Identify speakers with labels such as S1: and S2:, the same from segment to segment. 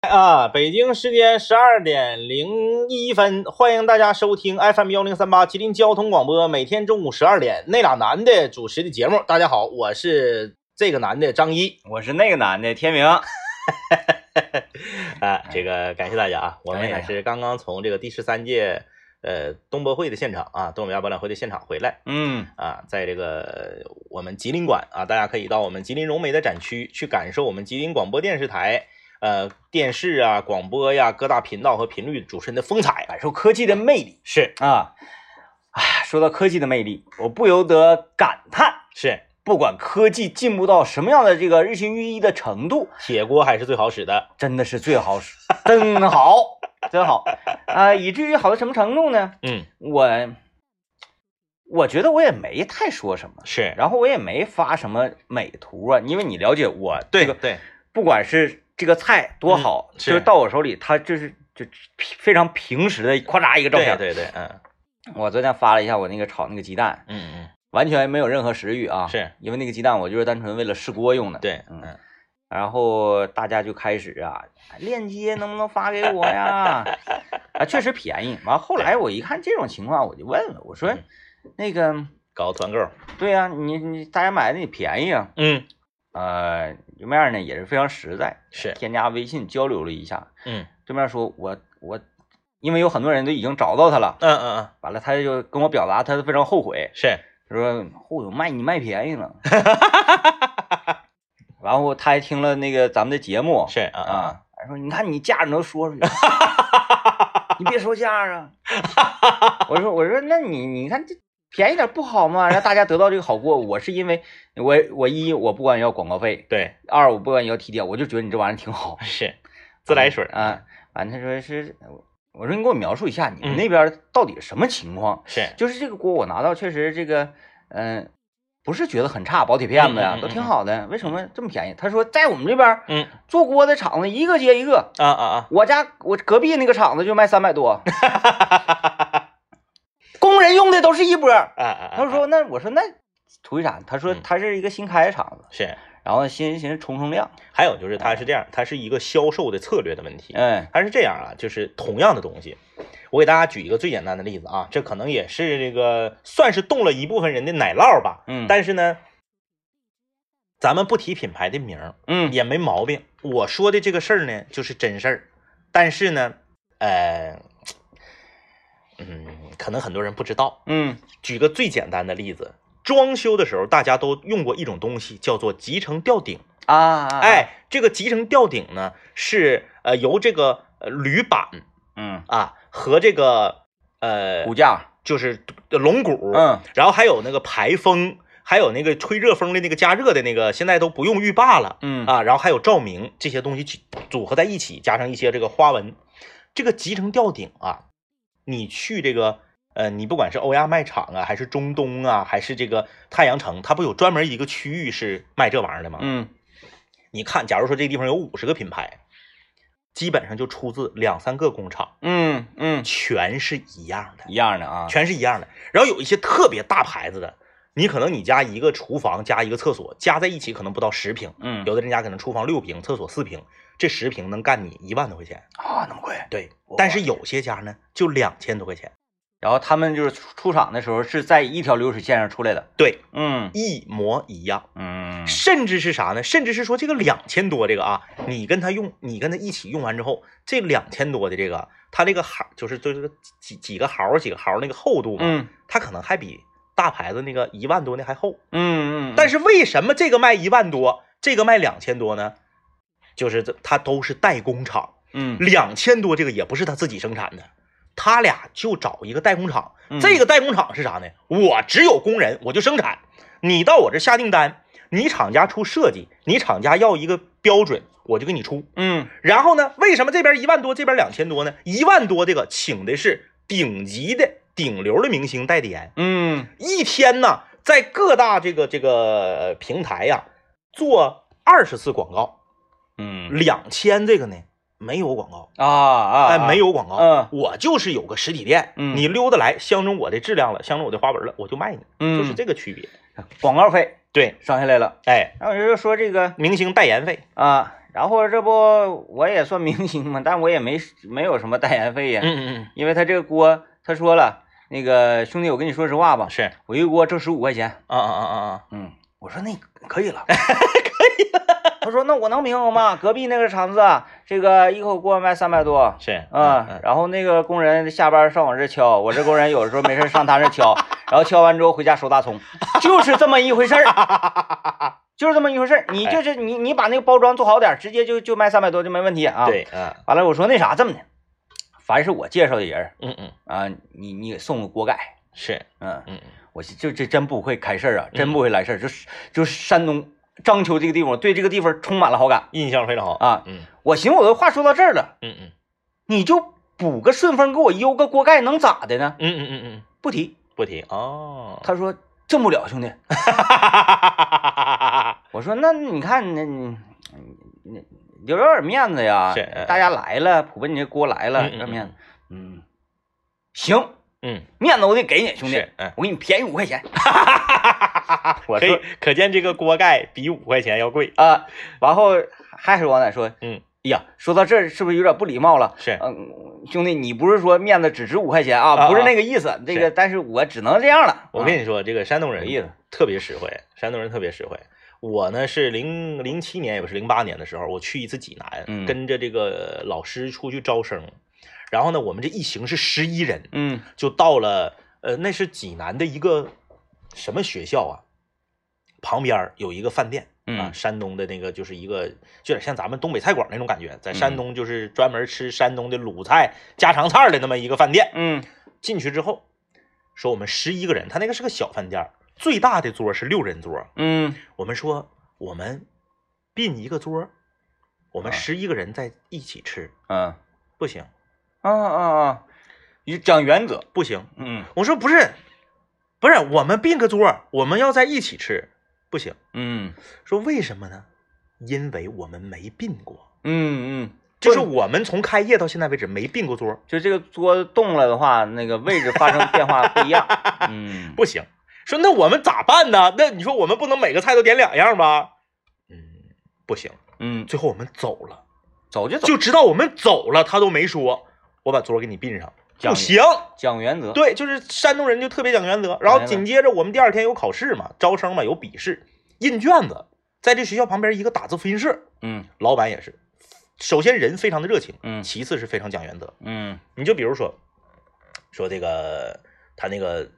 S1: 啊，北京时间十二点零一分，欢迎大家收听 FM 幺零三八吉林交通广播，每天中午十二点那俩男的主持的节目。大家好，我是这个男的张一。
S2: 我是那个男的 天明，
S1: 啊，这个感谢大家啊，我们
S2: 感谢大
S1: 也
S2: 家
S1: 是刚刚从这个第十三届呃东博会的现场啊，东北亚博览会的现场回来
S2: 嗯，
S1: 啊，在这个呃我们吉林馆啊，大家可以到我们吉林融媒的展区去感受我们吉林广播电视台。呃，电视啊、广播呀、各大频道和频率主持人的风采，
S2: 感受科技的魅力
S1: 是
S2: 啊！哎，说到科技的魅力，我不由得感叹，
S1: 是，
S2: 不管科技进步到什么样的这个日新月异的程度，
S1: 铁锅还是最好使的。
S2: 真的是最好使，真好，真好啊、以至于好到什么程度呢？
S1: 嗯，
S2: 我我觉得我也没太说什么，
S1: 是，
S2: 然后我也没发什么美图啊，因为你了解我
S1: 对
S2: 这个，
S1: 对，
S2: 不管是这个菜多好，
S1: 嗯是
S2: 就是到我手里，它就是就非常平时的，咔嚓一个照
S1: 对
S2: 片。
S1: 对对，嗯
S2: 我昨天发了一下我那个炒那个鸡蛋，
S1: 嗯
S2: 完全没有任何食欲啊，
S1: 嗯，是
S2: 因为那个鸡蛋我就是单纯为了试锅用的。，
S1: 对，
S2: 嗯
S1: 嗯
S2: 然后大家就开始啊，链接能不能发给我呀？ 啊，确实便宜。完后来我一看这种情况，我就问问我说
S1: 嗯，
S2: 那个
S1: 搞团购，
S2: 对呀、你你大家买的也便宜啊，
S1: 嗯
S2: 呃，对面呢也是非常实在，
S1: 是，
S2: 添加微信交流了一下，
S1: 嗯
S2: 对面说我我，因为有很多人都已经找到他了，
S1: 嗯嗯嗯，
S2: 完了他就跟我表达他非常后悔，
S1: 是，
S2: 他说后悔卖你卖便宜 了，然后他还听了那个咱们的节目
S1: 是啊啊，
S2: 啊，还说你看你价你都说 出去，你别说价啊，我说我说那你你看这。便宜点不好吗？让大家得到这个好过。我是因为我我一我不管要广告费，
S1: 对，
S2: 二我不管要提点，我就觉得你这玩意儿挺好。
S1: 是自来水，
S2: 啊。完，他说是，我说你给我描述一下你
S1: 嗯
S2: 们那边到底什么情况？
S1: 是，
S2: 就是这个锅我拿到确实这个，嗯、不是觉得很差，薄铁片子呀、
S1: 嗯嗯嗯
S2: 都挺好的，为什么这么便宜？他说在我们这边
S1: 嗯
S2: 做锅的厂子一个接一个，
S1: 啊啊
S2: 我家我隔壁那个厂子就卖三百 多，工人用的都是一波。
S1: 啊啊啊，
S2: 他说那我说那图一啥？他说
S1: 嗯
S2: 他是一个新开的厂子，
S1: 是，
S2: 然后寻思寻思冲冲量，
S1: 还有就是它是这样，它是一个销售的策略的问题，
S2: 哎，
S1: 它是这样啊，就是同样的东西。我给大家举一个最简单的例子啊，这可能也是这个算是动了一部分人的奶酪吧，
S2: 嗯，
S1: 但是呢，咱们不提品牌的名儿，
S2: 嗯
S1: 也没毛病。我说的这个事儿呢，就是真事儿，但是呢，呃，嗯，可能很多人不知道。
S2: 嗯
S1: 举个最简单的例子，装修的时候大家都用过一种东西，叫做集成吊顶。
S2: 啊啊，啊，
S1: 哎，这个集成吊顶呢，是呃由这个呃铝板
S2: 嗯，
S1: 啊和这个呃
S2: 骨架，
S1: 就是龙骨，
S2: 嗯
S1: 然后还有那个排风，还有那个吹热风的那个加热的那个，现在都不用浴霸了。
S2: 嗯
S1: 啊，然后还有照明这些东西去组合在一起，加上一些这个花纹，这个集成吊顶啊，你去这个呃，你不管是欧亚卖场啊，还是中东啊，还是这个太阳城，它不有专门一个区域是卖这玩意儿的吗？
S2: 嗯
S1: 你看，假如说这地方有五十个品牌，基本上就出自两三个工厂，
S2: 嗯嗯，
S1: 全是一样的，
S2: 一样的啊，
S1: 全是一样的。然后有一些特别大牌子的，你可能你家一个厨房加一个厕所加在一起，可能不到十平。
S2: 嗯
S1: 有的人家可能厨房六平，厕所四平，这十平能干你一万多块钱。
S2: 啊，那么贵。
S1: 对
S2: 哇，
S1: 但是有些家呢，就两千多块钱。
S2: 然后他们就是出出厂的时候是在一条流水线上出来的，
S1: 对，
S2: 嗯
S1: 一模一样，
S2: 嗯
S1: 甚至是啥呢？甚至是说这个两千多这个啊，你跟他用，你跟他一起用完之后，这两千多的这个，它这个毫就是就是几几个毫几个毫那个厚度嘛，
S2: 嗯
S1: 它可能还比大牌子那个一万多那还厚。
S2: 嗯嗯，
S1: 但
S2: 是
S1: 是为什么这个卖一万多，这个卖两千多呢？就是这它都是代工厂。
S2: 嗯
S1: 两千多这个也不是他自己生产的，他俩就找一个代工厂。
S2: 嗯
S1: 这个代工厂是啥呢？我只有工人，我就生产。你到我这下订单，你厂家出设计，你厂家要一个标准，我就给你出。
S2: 嗯
S1: 然后呢，为什么这边一万多，这边两千多呢？一万多这个请的是顶级的、顶流的明星代言，
S2: 嗯
S1: 一天呢，在各大这个这个平台呀、做二十次广告。
S2: 嗯
S1: 两千这个呢，没有广告。
S2: 啊啊，
S1: 哎，没有广告，
S2: 嗯
S1: 我就是有个实体店，
S2: 嗯
S1: 你溜达来，相中我的质量了，相中我的花纹了，我就卖你，
S2: 嗯
S1: 就是这个区别。
S2: 广告费
S1: 对，
S2: 上下来了。
S1: 哎，
S2: 然后人就说这个
S1: 明星代言费，
S2: 啊，然后这不我也算明星嘛，但我也没没有什么代言费呀，
S1: 嗯嗯
S2: 因为他这个锅，他说了，那个兄弟，我跟你说实话吧
S1: 嗯，，是啊
S2: 我一锅挣十五块钱，
S1: 啊啊啊啊，
S2: 嗯，我说那可以 了，可以了， 他说那我能平衡吗？隔壁那个厂子，这个一口锅卖三百多。
S1: 是嗯
S2: 嗯，
S1: 嗯
S2: 然后那个工人下班上我这敲，我这工人有时候没事上他这敲，然后敲完之后回家收大葱，就是这么一回事儿， 就是这么一回事儿。你就是你你把那个包装做好点儿，直接就就卖三百多就没问题啊。，
S1: 对嗯
S2: 完了我说那啥这么的，凡是我介绍的人儿
S1: 嗯嗯
S2: 啊，你你给送个锅盖，
S1: 是
S2: 嗯，
S1: 嗯
S2: 我寻就这真不会开事儿啊，真不会来事儿，就是就是山东章丘这个地方，我对这个地方充满了好感
S1: 印象非常好
S2: 啊。
S1: 嗯
S2: 我寻我的话说到这儿了，
S1: 嗯嗯
S2: 你就补个顺丰给我邮个锅盖能咋的呢？
S1: 嗯嗯嗯嗯，
S2: 不提，
S1: 不提哦，
S2: 他说挣不了，兄弟。我说那你看那你你留点面子呀
S1: 是嗯，
S2: 大家来了，普奔你这锅来了，
S1: 嗯嗯
S2: 这
S1: 嗯
S2: 面子，嗯，行，
S1: 嗯
S2: 面子我得给你，兄弟
S1: 是，嗯，
S2: 我给你便宜五块钱。 我
S1: 可
S2: 说
S1: 以可见这个锅盖比五块钱要贵，
S2: 啊，然后还是王奶说，
S1: 嗯
S2: 哎呀，说到这儿是不是有点不礼貌了？
S1: 是
S2: 嗯，兄弟，你不是说面子只值五块钱啊？
S1: 啊
S2: 不是
S1: 啊
S2: 那个意思，这个但是我只能这样了。
S1: 我
S2: 啊
S1: 跟你说，这个山东人
S2: 有意思
S1: 特别实惠，山东人特别实惠。我呢是零零七年，也不是零八年的时候，我去一次济南，
S2: 嗯
S1: 跟着这个老师出去招生，然后呢，我们这一行是十一人，
S2: 嗯
S1: 就到了呃，那是济南的一个什么学校啊？旁边儿有一个饭店啊，
S2: 嗯
S1: 山东的那个就是一个，就有点像咱们东北菜馆那种感觉，在
S2: 嗯
S1: 山东就是专门吃山东的鲁菜、家常菜儿的那么一个饭店。
S2: 嗯
S1: 进去之后，说我们十一个人，他那个是个小饭店儿，最大的桌是六人桌。
S2: 嗯
S1: 我们说我们并一个桌儿，我们
S2: 啊
S1: 十一个人在一起吃，
S2: 啊
S1: 不行
S2: 啊啊啊！你讲原则，
S1: 不行。
S2: 嗯
S1: 我说不是，不是，我们并个桌儿，我们要在一起吃，不行。
S2: 嗯
S1: 说为什么呢？因为我们没并过，
S2: 嗯嗯，
S1: 就是我们从开业到现在为止没并过桌儿，
S2: 就这个桌子动了的话，那个位置发生变化不一 样。嗯，
S1: 不行。说那我们咋办呢？那你说我们不能每个菜都点两样吧？嗯，不行。
S2: 嗯，
S1: 最后我们走了。
S2: 走就走，
S1: 就直到我们走了，他都没说，我把桌给你并上，
S2: 讲
S1: 不
S2: 理
S1: 行。
S2: 讲原则。
S1: 对，就是山东人就特别讲原则。然后紧接着我们第二天有考试嘛，招生嘛有笔试，印卷子，在这学校旁边一个打字复印社，
S2: 嗯
S1: 老板也是，首先人非常的热情，
S2: 嗯
S1: 其次是非常讲原则。
S2: 嗯
S1: 你就比如说，说这个他那个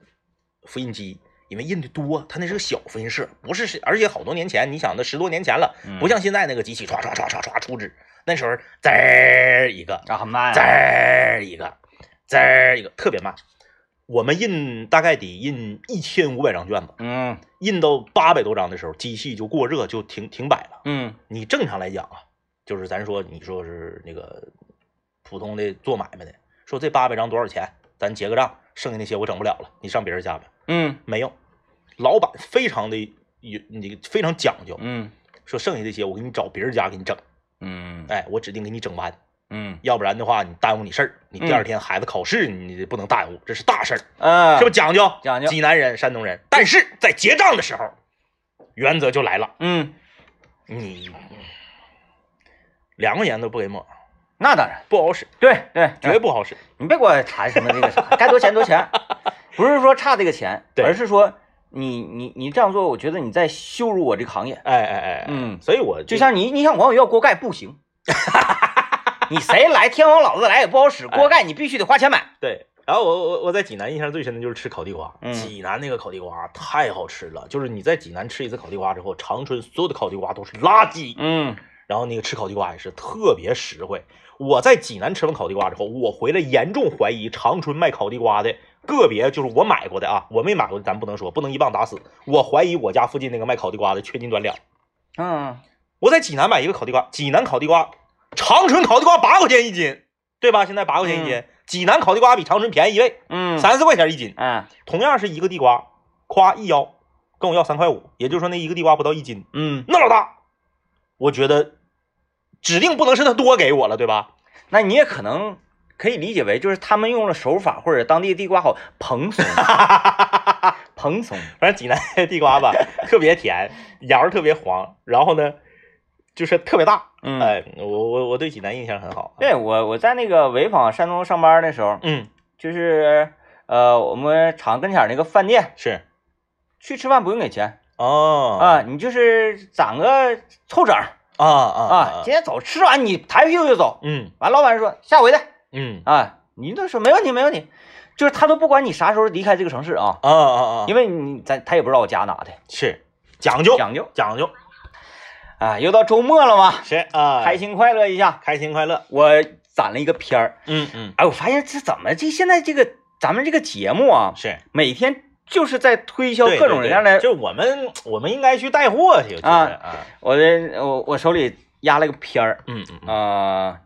S1: 复印机，因为印的多，他那是个小复印社，不是是，而且好多年前，你想那十多年前了，
S2: 嗯
S1: 不像现在那个机器唰唰唰唰唰出纸，那时候滋儿一个，
S2: 啊，很慢
S1: 滋
S2: 啊。
S1: 儿一个，滋儿一个，特别慢。我们印大概得印一千五百张卷子，
S2: 嗯
S1: 印到八百多张的时候，机器就过热，就停停摆了。
S2: 嗯
S1: 你正常来讲啊，就是咱说你说是那个普通的做买卖的，说这八百张多少钱，咱结个账，剩下那些我整不了了，你上别人家呗。
S2: 嗯
S1: 没有，老板非常的有那个非常讲究，
S2: 嗯
S1: 说剩下这些我给你找别人家给你整，
S2: 嗯
S1: 哎，我指定给你整完，
S2: 嗯
S1: 要不然的话你耽误你事儿，你第二天孩子考试你不能耽误，这是大事儿，
S2: 啊，
S1: 是不是讲究？
S2: 讲究
S1: 济南人、山东人，但是在结账的时候，原则就来了，
S2: 嗯，
S1: 你两块钱都不给抹。
S2: 那当然，
S1: 不好使，
S2: 对对，
S1: 绝对不好使。
S2: 你别给我谈什么这个啥，该多钱多 钱，不是说差这个钱，
S1: 对
S2: 而是说你你你这样做，我觉得你在羞辱我这个行业。
S1: 哎哎哎，
S2: 嗯
S1: 所以我
S2: 就像你，你想管我要锅盖不行，你谁来天王老子来也不好使，锅盖你必须得花钱买。
S1: 对。然后我我我在济南印象最深的就是吃烤地瓜，
S2: 嗯
S1: 济南那个烤地瓜太好吃了，就是你在济南吃一次烤地瓜之后，长春所有的烤地瓜都是垃圾，
S2: 嗯
S1: 然后那个吃烤地瓜也是特别实惠。我在济南吃完烤地瓜之后，我回来严重怀疑长春卖烤地瓜的个别就是我买过的啊，我没买过的咱不能说，不能一棒打死。我怀疑我家附近那个卖烤地瓜的缺斤短两。
S2: 嗯
S1: 我在济南买一个烤地瓜，济南烤地瓜，长春烤地瓜八块钱一斤，对吧？现在八块钱一斤，济南烤地瓜比长春便宜一倍，
S2: 嗯，
S1: 三四块钱一斤。
S2: 哎
S1: 同样是一个地瓜，夸一腰，跟我要三块五，也就是说那一个地瓜不到一斤。
S2: 嗯，
S1: 那老大，我觉得指定不能是他多给我了，对吧？
S2: 那你也可能可以理解为就是他们用了手法或者当地地瓜好 蓬松，蓬松。
S1: 反正济南的地瓜吧，特别甜，瓤儿特别黄，然后呢，就是特别大。
S2: 嗯，
S1: 哎，我我我对济南印象很好。啊
S2: 对我我在那个潍坊山东上班的时候，
S1: 嗯，
S2: 就是呃我们厂跟前儿那个饭店
S1: 是
S2: 去吃饭不用给钱
S1: 哦
S2: 啊，你就是攒个凑整儿
S1: 啊啊
S2: 啊，今天走吃完你抬屁股就走，
S1: 嗯
S2: 完老板说下回再
S1: 嗯
S2: 啊，你那说没问题没问题，就是他都不管你啥时候离开这个城市啊，
S1: 啊啊啊
S2: 因，为你咱他也不知道我家哪的，
S1: 是讲究
S2: 讲究
S1: 讲究
S2: 啊，又到周末了嘛，
S1: 是啊，
S2: 开心快乐一下，
S1: 开心快乐。
S2: 我攒了一个片儿。
S1: 嗯嗯
S2: 哎，我发现这怎么这现在这个咱们这个节目啊，
S1: 是。
S2: 每天就是在推销
S1: 对
S2: 各
S1: 对
S2: 种
S1: 对
S2: 各样的。
S1: 就我们我们应该去带货去，我觉得
S2: 啊
S1: 啊，
S2: 我的我我手里压了个片儿
S1: 嗯嗯嗯
S2: 啊、呃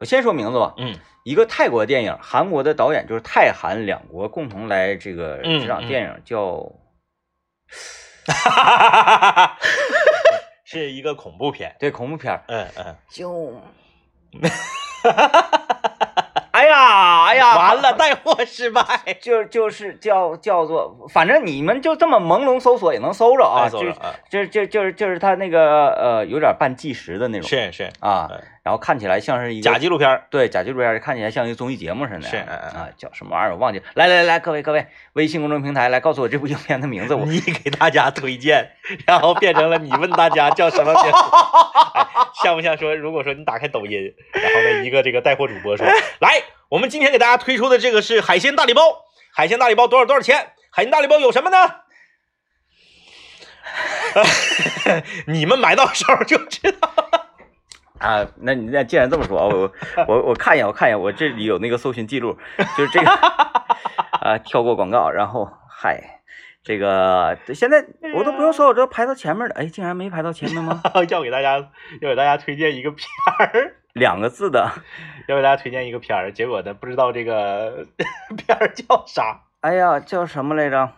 S2: 我先说名字吧。
S1: 嗯
S2: 一个泰国电影，韩国的导演就是泰韩两国共同来这个
S1: 嗯
S2: 执掌电影，叫
S1: 是一个恐怖片，
S2: 对恐怖片儿。
S1: 嗯嗯，
S2: 就， 哎呀哎呀，
S1: 完 了，带货失败，
S2: 就就是叫叫做，反正你们就这么朦胧搜索也能搜着啊，
S1: 哎搜着
S2: 就
S1: 啊
S2: 就就就是就是他那个呃有点半计时的那种
S1: 是是
S2: 啊
S1: 哎，
S2: 然后看起来像是一个
S1: 假纪录片 儿，
S2: 对假纪录片儿，看起来像一个综艺节目似的，
S1: 是哎哎哎
S2: 啊叫什么玩意儿我忘记了。来来来，各位各位，微信公众平台来告诉我这部影片的名 字，我
S1: 你给大家推荐， 然后变成了你问大家叫什么 名字，哎像不像说，如果说你打开抖音，然后呢一个这个带货主播说， 来，我们今天给大家推出的这个是海鲜大礼包，海鲜大礼包多少多少钱？海鲜大礼包有什么呢？ 你们买到手就知道。
S2: 啊，那你那既然这么说啊，我我我看一眼，我看一眼，我这里有那个搜寻记录，就是这个啊，跳过广告，然后嗨，这个现在我都不用说，我这排到前面了，哎，竟然没排到前面吗？
S1: 要给大家要给大家推荐一个片儿，
S2: 两个字的，
S1: 要给大家推荐一个片儿，结果呢不知道这个 片儿叫啥。
S2: 哎呀，叫什么来着？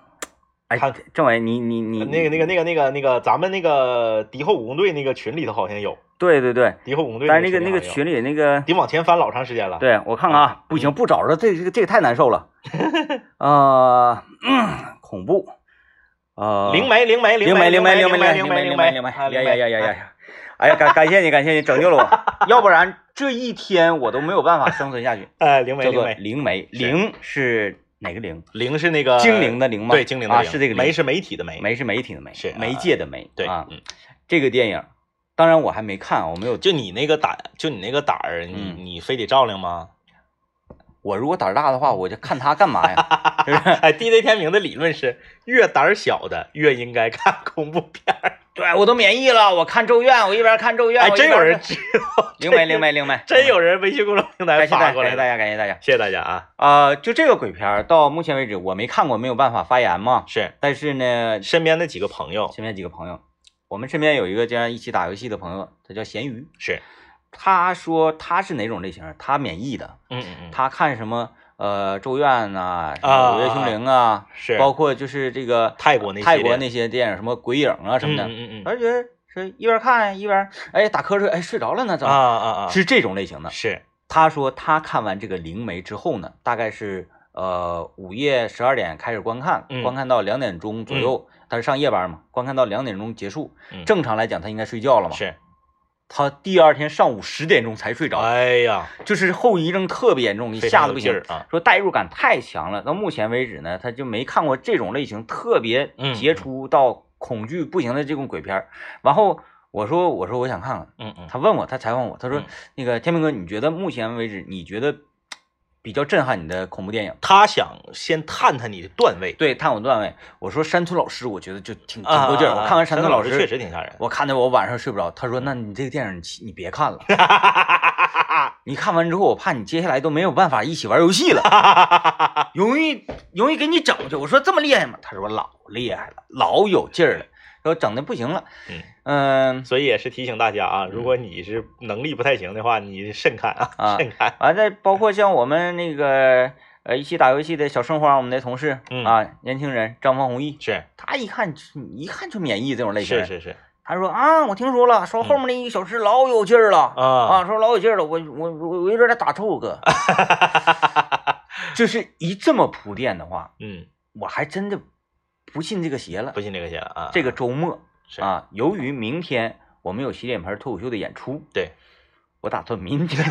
S2: 哎
S1: 看，
S2: 政委，你你你
S1: 那个那个，那个那个那个，咱们那个敌后武工队那个群里头好像有
S2: 对对对，
S1: 敌后武工队，
S2: 但是那
S1: 个
S2: 个那个群里那个，
S1: 得往前翻老长时间了。
S2: 对我看看啊，不行，不找着，这这个这个太难受了， 啊、嗯恐怖，啊、
S1: 灵媒，灵媒，
S2: 灵
S1: 媒，
S2: 媒
S1: 灵
S2: 灵媒
S1: 灵
S2: 灵
S1: 媒，
S2: 媒
S1: 灵
S2: 灵媒
S1: 灵
S2: 灵
S1: 媒，
S2: 媒灵媒
S1: 啊
S2: 呀呀呀呀呀！呀！哎呀，感感谢你，感谢你拯救了我， 要不然这一天我都没有办法生存下去。
S1: 呃，灵媒，
S2: 叫
S1: 灵
S2: 做
S1: 媒，
S2: 灵媒，灵是哪个灵？
S1: 灵是那个
S2: 精灵的灵吗
S1: 对，精灵的
S2: 啊
S1: 灵
S2: 是这个灵
S1: 媒是媒体的媒，
S2: 媒是媒体的媒，
S1: 是啊
S2: 媒介的媒。
S1: 对，
S2: 啊，
S1: 嗯，
S2: 这个电影，当然我还没看啊，我没有。
S1: 就你那个胆，就你那个胆儿，你
S2: 嗯
S1: 你非得照亮吗？
S2: 我如果胆儿大的话，我就看它干嘛呀？ 是不是？
S1: 哎，DJ 天明的理论是，越胆儿小的越应该看恐怖片儿。
S2: 对我都免疫了，我看《咒怨》，我一边看《咒怨》，
S1: 哎，
S2: 啊我一
S1: 真
S2: 边
S1: 有人
S2: 看
S1: 知，
S2: 灵媒灵媒灵媒，
S1: 真有人微信公众平台
S2: 感谢大
S1: 发
S2: 家，
S1: 过来
S2: 感谢大
S1: 的，
S2: 家，感谢大家。
S1: 谢谢大家啊！
S2: 啊，就这个鬼片儿到目前为止我没看过，没有办法发言嘛。
S1: 是
S2: 但是呢，
S1: 身边的几个朋友
S2: 身边几个朋友，我们身边有一个经常一起打游戏的朋友，他叫咸鱼，
S1: 是，
S2: 他说他是哪种类型？他免疫的，
S1: 嗯嗯嗯，
S2: 他看什么呃《咒怨》呐，什
S1: 啊
S2: 么《午夜凶铃》啊，
S1: 是
S2: 包括就是这个
S1: 泰国那
S2: 泰
S1: 系
S2: 国
S1: 列
S2: 那些电影，什么《鬼影》啊什么的，
S1: 嗯嗯嗯
S2: 而觉得是一边看一边哎打瞌睡，哎睡着了呢，
S1: 嗯，
S2: 怎么、
S1: 啊啊啊，
S2: 是这种类型的？
S1: 是，
S2: 他说他看完这个《灵媒》之后呢，大概是呃午夜十二点开始观看，
S1: 嗯
S2: 观看到两点钟左右，他是上夜班嘛，观看到两点钟结束。
S1: 嗯
S2: 正常来讲他应该睡觉了嘛，
S1: 是，
S2: 他第二天上午十点钟才睡着，
S1: 哎呀，
S2: 就是后遗症特别严重，一
S1: 非
S2: 下
S1: 常有
S2: 子不
S1: 劲
S2: 行
S1: 儿。啊，
S2: 说代入感太强了，到目前为止呢，他就没看过这种类型特别
S1: 嗯
S2: 杰出到恐惧不行的这种鬼片儿。然后我说我说我想看看，
S1: 嗯嗯，
S2: 他问我，他采访我，他说、
S1: 嗯
S2: 那个天明哥，你觉得目前为止，你觉得比较震撼你的恐怖电影？
S1: 他想先探探你的段位，
S2: 对，探我段位，我说山村老师，我觉得就挺挺够
S1: 啊
S2: 劲儿。我看完山
S1: 村
S2: 村老
S1: 师
S2: 师，
S1: 确实嗯挺吓人，
S2: 我看的我晚上睡不着。他说，那你这个电影你起你 别看了，你看完之后，我怕你接下来都没有办法一起玩游 戏了，容易容易给你整去。我说这么厉害吗？他说老厉害了，老有劲儿了，说整的不行了。
S1: 嗯
S2: 嗯，
S1: 所以也是提醒大家啊，如果你是能力不太行的话，你慎看啊，
S2: 啊
S1: 慎看，
S2: 完再包括像我们那个呃一起打游戏的小春花，我们的同事、
S1: 嗯
S2: 啊，年轻人张方弘毅，
S1: 是
S2: 他一看一看就免疫这种类型
S1: 是
S2: 人，
S1: 是是，
S2: 他说啊，我听说了，说后面那一个小时老有劲儿了、
S1: 啊
S2: 啊，说老有劲儿了，我我我我有点儿打 抽哥，就是一这么铺垫的话，
S1: 嗯，
S2: 我还真的不信这个邪了
S1: 不。信这个邪了啊，
S2: 这个周末
S1: 是
S2: 啊，由于明天我们有洗脸盆脱口秀的演出，
S1: 对，
S2: 我打算 明天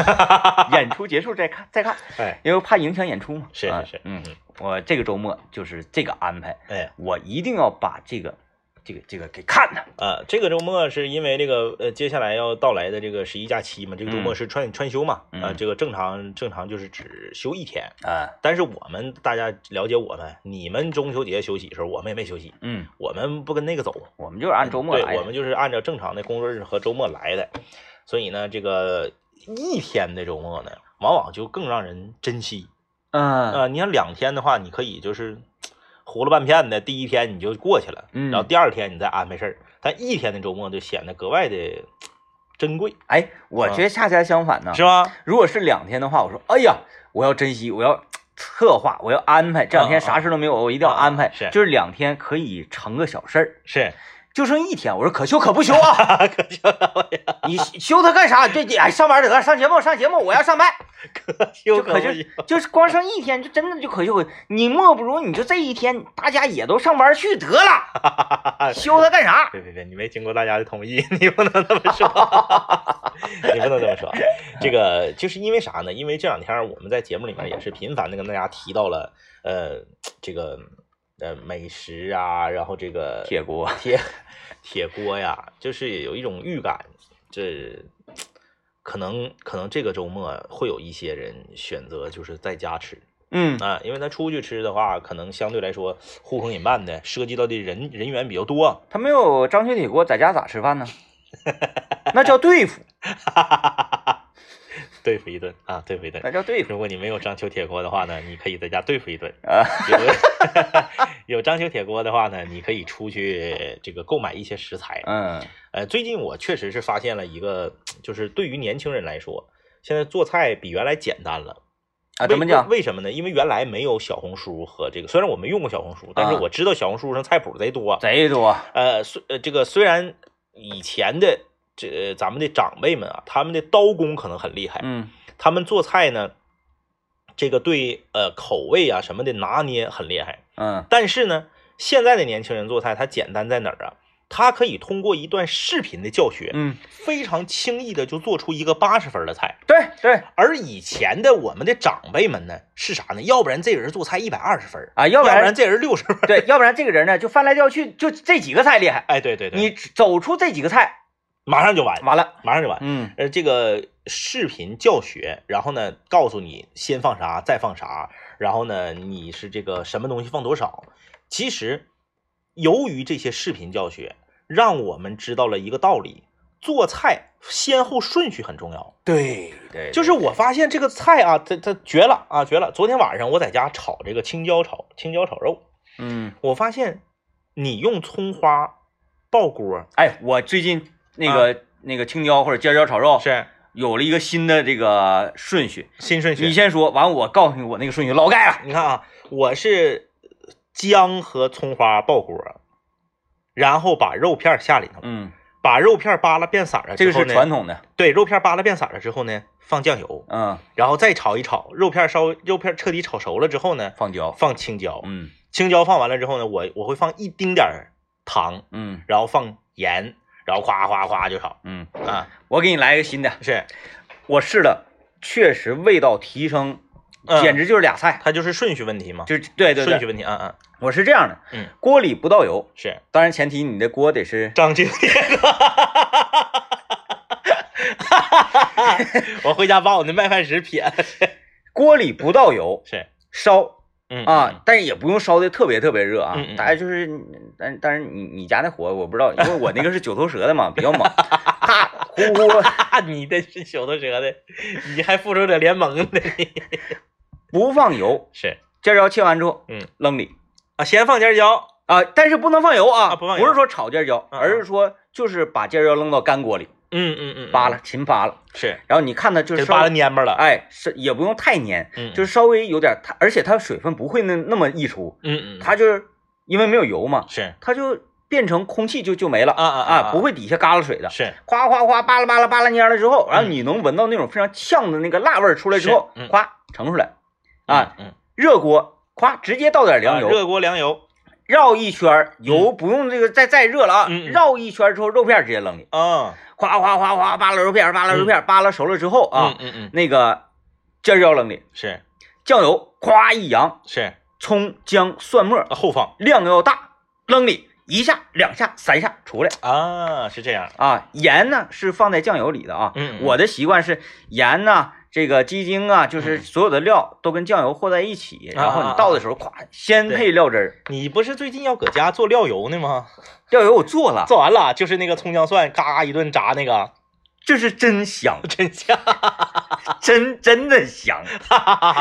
S2: 演出结束再看再看，
S1: 哎，
S2: 因为怕影响演出嘛。
S1: 是
S2: 啊
S1: 是是
S2: 嗯，我这个周末就是这个安排，
S1: 哎，
S2: 我一定要把这个这个这个给看看。
S1: 呃，这个周末是因为这个呃，接下来要到来的这个十一假期嘛，这个周末
S2: 嗯
S1: 是串串休嘛，啊，
S2: 嗯
S1: 这个正常正常就是只休一天，
S2: 啊，
S1: 但是我们大家了解我们，你们中秋节休息的时候，我们也没休息，
S2: 嗯，
S1: 我们不跟那个走，嗯
S2: 我们就是按周末
S1: 对
S2: 来，的。
S1: 我们就是按照正常的工作日和周末来的，所以呢，这个一天的周末呢，往往就更让人珍惜。
S2: 嗯
S1: 呃，你像两天的话，你可以就是糊了半片的，第一天你就过去了，
S2: 嗯
S1: 然后第二天你再安排事儿，但一天的周末就显得格外的珍贵，
S2: 哎，我觉得恰恰相反呢。
S1: 是吧？
S2: 如果是两天的话，我说，哎呀，我要珍惜，我要呃策划，我要安排，这两天
S1: 啊啊
S2: 啥事都没有，我一定要安排。
S1: 啊是
S2: 就是两天可以成个小事儿，
S1: 是，
S2: 就剩一天，我说可休可不休啊，
S1: 可笑了呀，
S2: 你休它干啥？这这哎，上班得了，上节目上节目，我要上班，
S1: 可笑
S2: 就可
S1: 不
S2: 就
S1: 行
S2: 就是 光剩一天，就真的就可休可。你莫不如你就这一天，大家也都上班去得了， 休它干啥？
S1: 别别别，你没经过大家的同意， 你不能这么说， 你不能这么说。这个就是因为啥呢？因为这两天我们在节目里面也是频繁的跟大家提到了，呃，这个呃美食啊，然后这个
S2: 铁锅，
S1: 铁铁锅呀，就是有一种预感，这可能可能这个周末会有一些人选择就是在家吃
S2: 嗯
S1: 啊，因为他出去吃的话，可能相对来说呼朋引伴的，涉及到的人人员比较多。
S2: 他没有张学铁锅，在家咋吃 饭呢？那叫对付，
S1: 对付一顿啊，对付一顿。
S2: 那叫对付
S1: 如果你没有章丘铁锅的话呢，你可以在家对付一顿；
S2: 啊！
S1: 有有章丘铁锅的话呢，你可以出去这个购买一些食材。
S2: 嗯
S1: 呃，最近我确实是发现了一个，就是对于年轻人来说，现在做菜比原来简单了。
S2: 啊，
S1: 为
S2: 怎么讲？
S1: 为为什么呢？因为原来没有小红书和这个，虽然我没用过小红书，但是
S2: 啊
S1: 我知道小红书上菜谱贼多。
S2: 贼多，啊
S1: 呃，虽呃这个虽然以前的这呃咱们的长辈们啊，他们的刀工可能很厉害，
S2: 嗯
S1: 他们做菜呢，这个对呃口味啊什么的拿捏很厉害。
S2: 嗯
S1: 但是呢，现在的年轻人做菜，他简单在哪儿啊？他可以通过一段视频的教学，
S2: 嗯，
S1: 非常轻易的就做出一个八十分的菜。
S2: 对对
S1: 而以前的我们的长辈们呢，是啥呢？要不然这人做菜一百二十分，
S2: 啊，
S1: 要
S2: 要不然
S1: 这人六十分。
S2: 对，要不然这个人呢就翻来调去，就这几个菜厉害，
S1: 哎，对对对，
S2: 你只走出这几个菜
S1: 马上就完，
S2: 完了，
S1: 马上就完。
S2: 嗯
S1: 呃，这个视频教学，然后呢，告诉你先放啥，再放啥，然后呢，你是这个什么东西放多少。其实，由于这些视频教学，让我们知道了一个道理：做菜先后顺序很重要。
S2: 对对
S1: 就是我发现这个菜啊，它它绝了啊，绝了！昨天晚上我在家炒这个青椒炒青椒炒肉，
S2: 嗯，
S1: 我发现你用葱花爆锅
S2: 哎，我最近那个那个青椒或者尖椒炒肉
S1: 是
S2: 有了一个新的这个顺序，
S1: 新顺序，
S2: 你先说，完我告诉你我那个顺序老盖了，
S1: 你看啊，我是姜和葱花爆锅，然后把肉片下里头，
S2: 嗯，
S1: 把肉片扒拉变色儿了
S2: 这
S1: 之后
S2: 个是
S1: 呢，
S2: 传统的，
S1: 对，肉片扒拉变色儿了之后呢，放酱油，
S2: 嗯，
S1: 然后再炒一炒，肉片稍微肉片彻底炒熟了之后呢，
S2: 放椒，
S1: 放青椒，
S2: 嗯
S1: 青椒放完了之后呢，我我会放一丁点儿糖，
S2: 嗯
S1: 然后放盐，然后夸夸夸就炒
S2: 嗯，
S1: 啊，
S2: 我给你来一个新的，
S1: 是，
S2: 我试了，确实味道提升，
S1: 嗯
S2: 简直就是俩菜，
S1: 它就是顺序问题嘛，
S2: 就是对对
S1: 顺序
S2: 对，
S1: 问题，嗯嗯，
S2: 我是这样的，
S1: 嗯，
S2: 锅里不倒油，
S1: 是
S2: 当然前提你的锅得是，
S1: 张经典。啊 我回家把我那麦饭石撇了。
S2: 锅里不倒油，
S1: 是，
S2: 烧
S1: 嗯
S2: 啊，，但是也不用烧的特别特别热啊
S1: 嗯嗯嗯，
S2: 大家就是，但但是你你家那火我不知道，因为我那个是九头蛇的嘛，比较猛， 啪呼呼
S1: 啊，你这是小头蛇的，你还复仇者联盟呢？你
S2: 不放油，
S1: 是
S2: 尖椒切完之后，
S1: 嗯，
S2: 扔里
S1: 啊，先放尖椒，
S2: 啊，但是不能放油啊，
S1: 啊不放油
S2: 是说炒尖椒，
S1: 嗯嗯
S2: 而是说就是把尖椒扔到干锅里
S1: 嗯嗯嗯，
S2: 扒拉，勤扒拉，
S1: 是
S2: 然后你看它就
S1: 给
S2: 是
S1: 扒
S2: 稍
S1: 拉
S2: 微，
S1: 蔫巴了。
S2: 哎，是也不用太粘，
S1: 嗯，，
S2: 就是是稍微有点它，而且它水分不会那那么溢出，
S1: 嗯嗯，
S2: 它就是因为没有油嘛，
S1: 是
S2: 它就变成空气就就没了
S1: 啊啊啊啊
S2: 不会底下旮旯水的，
S1: 是
S2: 哗哗哗扒拉扒拉扒拉蔫了之后，然后你能闻到那种非常呛的那个辣味儿出来之后
S1: 嗯是嗯，
S2: 夸盛出来啊，，
S1: 嗯，
S2: 热锅夸直接倒点
S1: 啊
S2: 凉油，
S1: 热锅凉油，
S2: 绕一圈儿，油不用这个再再热了啊，
S1: 嗯嗯嗯
S2: 绕一圈儿之后肉片儿直接扔里，
S1: 啊，
S2: 哗哗哗哗扒拉肉片儿，扒拉肉片儿，扒拉熟了之后啊
S1: 嗯，嗯嗯，
S2: 那个酱料扔里，
S1: 是
S2: 酱油夸一扬，
S1: 是
S2: 葱姜蒜末
S1: 啊后放
S2: 量要大，扔里一下两下三下出来
S1: 啊，是这样，
S2: 啊。盐呢是放在酱油里的啊，
S1: 嗯，嗯
S2: 我的习惯是盐呐、这个鸡精啊，就是
S1: 嗯
S2: 所有的料都跟酱油和在一起，
S1: 啊
S2: 然后你倒的时候，咵，先配料汁儿。
S1: 你不是最近要搁家做料油呢吗？
S2: 料油我做了，
S1: 做完了就是那个葱姜蒜，嘎一顿炸那个，，
S2: 这是真香
S1: 真香，
S2: 真真的香。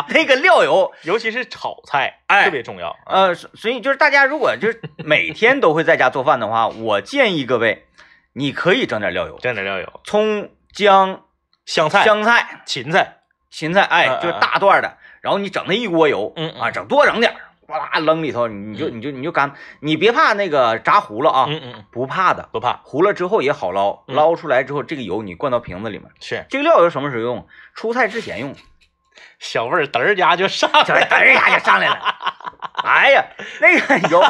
S2: 那个料油，
S1: 尤其是炒菜，
S2: 哎
S1: 特别重要。啊，
S2: 呃，所所以就是大家如果就是每天都会在家做饭的话， 我建议各位，你可以整点料油，
S1: 蘸点料油，
S2: 葱、姜、
S1: 香菜、
S2: 香菜、
S1: 芹菜，
S2: 芹菜，哎，
S1: 嗯
S2: 就是大段的，然后你整那一锅油，
S1: 嗯嗯
S2: 啊，整多整点儿，哗啦扔里头，你就你就你就干，你别怕那个炸糊了啊，
S1: 嗯嗯嗯，
S2: 不怕的，
S1: 不怕，
S2: 糊了之后也好捞，
S1: 嗯
S2: 捞出来之后这个油你灌到瓶子里面，
S1: 是
S2: 这个料油什么时候用？出菜之前用，
S1: 小味儿嘚儿家就上来
S2: 这
S1: 了，
S2: 噔一下就上 来了。哎呀，那个油，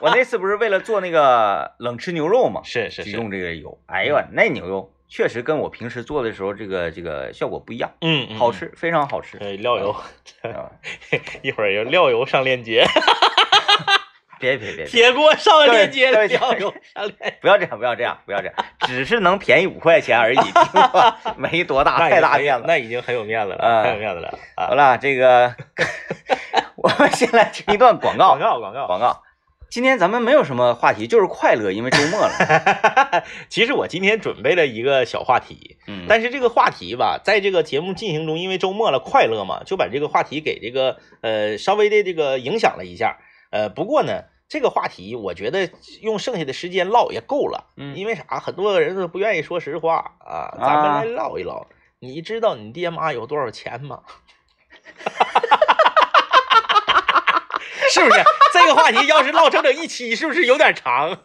S2: 我那次不是为了做那个冷吃牛肉嘛，
S1: 是是，
S2: 就
S1: 嗯
S2: 是用这个油，哎呀，那牛肉确实跟我平时做的时候这个这个效果不一样，
S1: 嗯，嗯
S2: 好。吃，非常好吃。
S1: 对，料油，
S2: 啊
S1: 一会儿有料油上链接，
S2: 别别 别，别
S1: 铁锅上链接，
S2: 对对
S1: 料油上链接，
S2: 不要这样，不要这样，不要这 样，只是能便宜五块钱而已，听说没多大太大面子。
S1: 那已经很有面子了，
S2: 啊
S1: 太有面子了
S2: 好
S1: 啊！
S2: 了，这 个我们先来听一段广告
S1: 广。告广告，
S2: 广告。今天咱们没有什么话题，就是快乐，因为周末了。
S1: 其实我今天准备了一个小话题，
S2: 嗯，
S1: 但是这个话题吧，在这个节目进行中，因为周末了，快乐嘛，就把这个话题给这个呃稍微的这个影响了一下。呃，不过呢，这个话题我觉得用剩下的时间唠也够了，
S2: 嗯
S1: 因为啥？很多人都不愿意说实话啊，咱们来唠一唠。你知道你爹妈有多少钱 吗？是不是这个话题要是唠整整一期，是不是有点 长？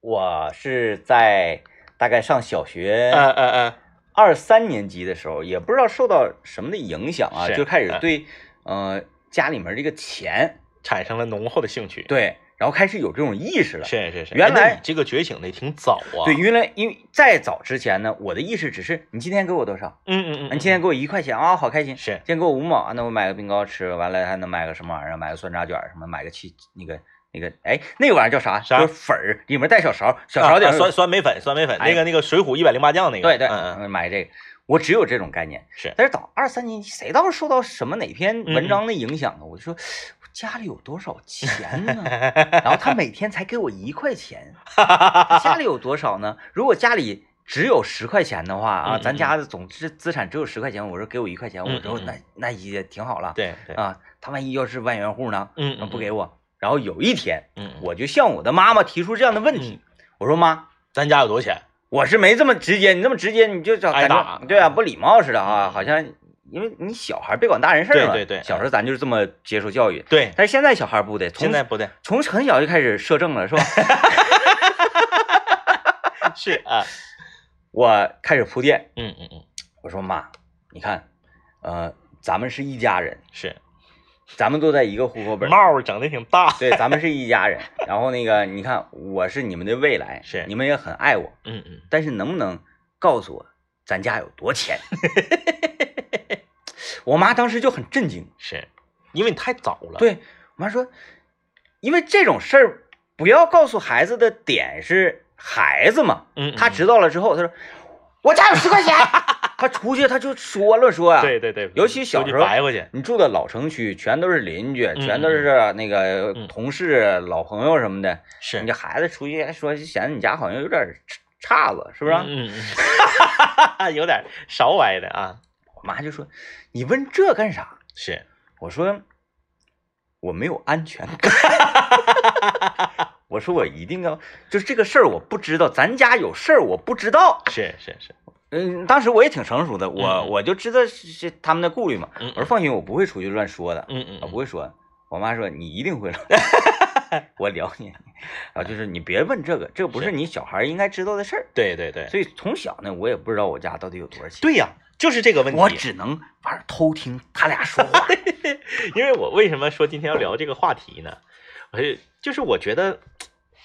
S2: 我是在大概上小学
S1: 嗯嗯嗯，
S2: 二三年级的时候，也不知道受到什么的影响啊，
S1: 是
S2: 就开始
S1: 嗯
S2: 对，呃，家里面这个钱，
S1: 产生了浓厚的兴趣。
S2: 对，然后开始有这种意识了。
S1: 是是是，
S2: 原
S1: 哎那
S2: 来
S1: 你这个觉醒的挺早啊。
S2: 对，原来因为再早之前呢，我的意识只是你今天给我多少，
S1: 嗯嗯嗯，
S2: 你今天给我一块钱啊，好开心。
S1: 是
S2: 今天给我五毛，啊那我买个冰糕吃，完了还能买个什么玩意儿？买个酸炸卷儿什么？买个气那个那个，哎，那个玩意儿叫啥？
S1: 啥
S2: 就是粉儿，里面带小勺，小
S1: 啊
S2: 勺
S1: 啊
S2: 点
S1: 酸酸梅粉，酸梅粉，
S2: 哎
S1: 那个那个《水浒一百零八将》那个，
S2: 对对，
S1: 嗯嗯，
S2: 嗯买这个，我只有这种概念。
S1: 是
S2: 但是到二三年级，谁倒是受到什么哪篇
S1: 嗯嗯
S2: 文章的影响呢？我就说我家里有多少钱呢？ 然后他每天才给我一块钱，他家里有多少呢？如果家里只有十块钱的话啊，
S1: 嗯嗯
S2: 咱家的总资资产只有十块钱，我说给我一块钱，
S1: 嗯
S2: 我说
S1: 嗯嗯
S2: 那那也挺好了。
S1: 对对，
S2: 啊，他万一要是万元户呢？
S1: 嗯嗯
S2: 不给我。然后有一天，
S1: 嗯，嗯
S2: 我就向我的妈妈提出这样的问题，我说妈，
S1: 咱家有多少钱？
S2: 我是没这么直接，你这么直接你就找
S1: 挨
S2: 感
S1: 打嗯
S2: 觉对啊，不礼貌似的啊，好像因为你小孩别管大人事儿嘛，
S1: 对对对
S2: 小时候咱就是这么接受教育，
S1: 对，
S2: 但是现在小孩不得，从
S1: 现在不 对，
S2: 从很小就开始摄政 了是吧？
S1: 是啊，
S2: 我开始铺垫，
S1: 嗯嗯嗯，
S2: 我说妈，你看，呃，咱们是一家人，
S1: 是
S2: 咱们都在一个户口本
S1: 帽
S2: 儿。
S1: 儿整的挺大，
S2: 对，咱们是一家人。然后那个，你看，我是你们的未来，
S1: 是
S2: 你们也很爱我，
S1: 嗯嗯，
S2: 但是能不能告诉我咱家有多钱？ 我妈当时就很震惊，
S1: 是因为你太早了，，
S2: 对我妈说，因为这种事儿不要告诉孩子的点是孩子嘛，
S1: 嗯，
S2: 他
S1: 知
S2: 知道了之后，他说我家有十 块钱，他出去他就说了说啊，
S1: 对对对，
S2: 尤其小
S1: 出去
S2: 时候
S1: 白回去，
S2: 你住的老城区，全都是邻居，全都是那个
S1: 嗯
S2: 同事、老朋友什么的，
S1: 是
S2: 你这孩子出去还说显得你家好像有点岔子，是
S1: 是
S2: 不是啊？
S1: 嗯，嗯嗯 有点勺歪的啊，
S2: 我妈就说：“你问这干啥
S1: 是？”
S2: 我说：“我没有安全感。” 我说：“我一定要，就是这个事儿我不知道，咱家有事儿我不知道。
S1: 是是是，”
S2: 嗯，当时我也挺成熟的，我
S1: 嗯
S2: 我就知道是是他们的顾虑嘛。
S1: 嗯
S2: 我说：“放心，我不会出去乱说的，
S1: 嗯嗯
S2: 我
S1: 嗯，
S2: 不会说。”我妈说：“你一定会了。” 我了解你，啊，就是你别问这个，这不是
S1: 是
S2: 你小孩应该知道的事儿。
S1: 对对对，
S2: 所以从小呢，我也不知道我家到底有多少钱，
S1: 对呀，就是这个问题，
S2: 我只能玩儿偷听他俩说话。
S1: 因为我为什么说今天要聊这个话题呢？哎，就是我觉得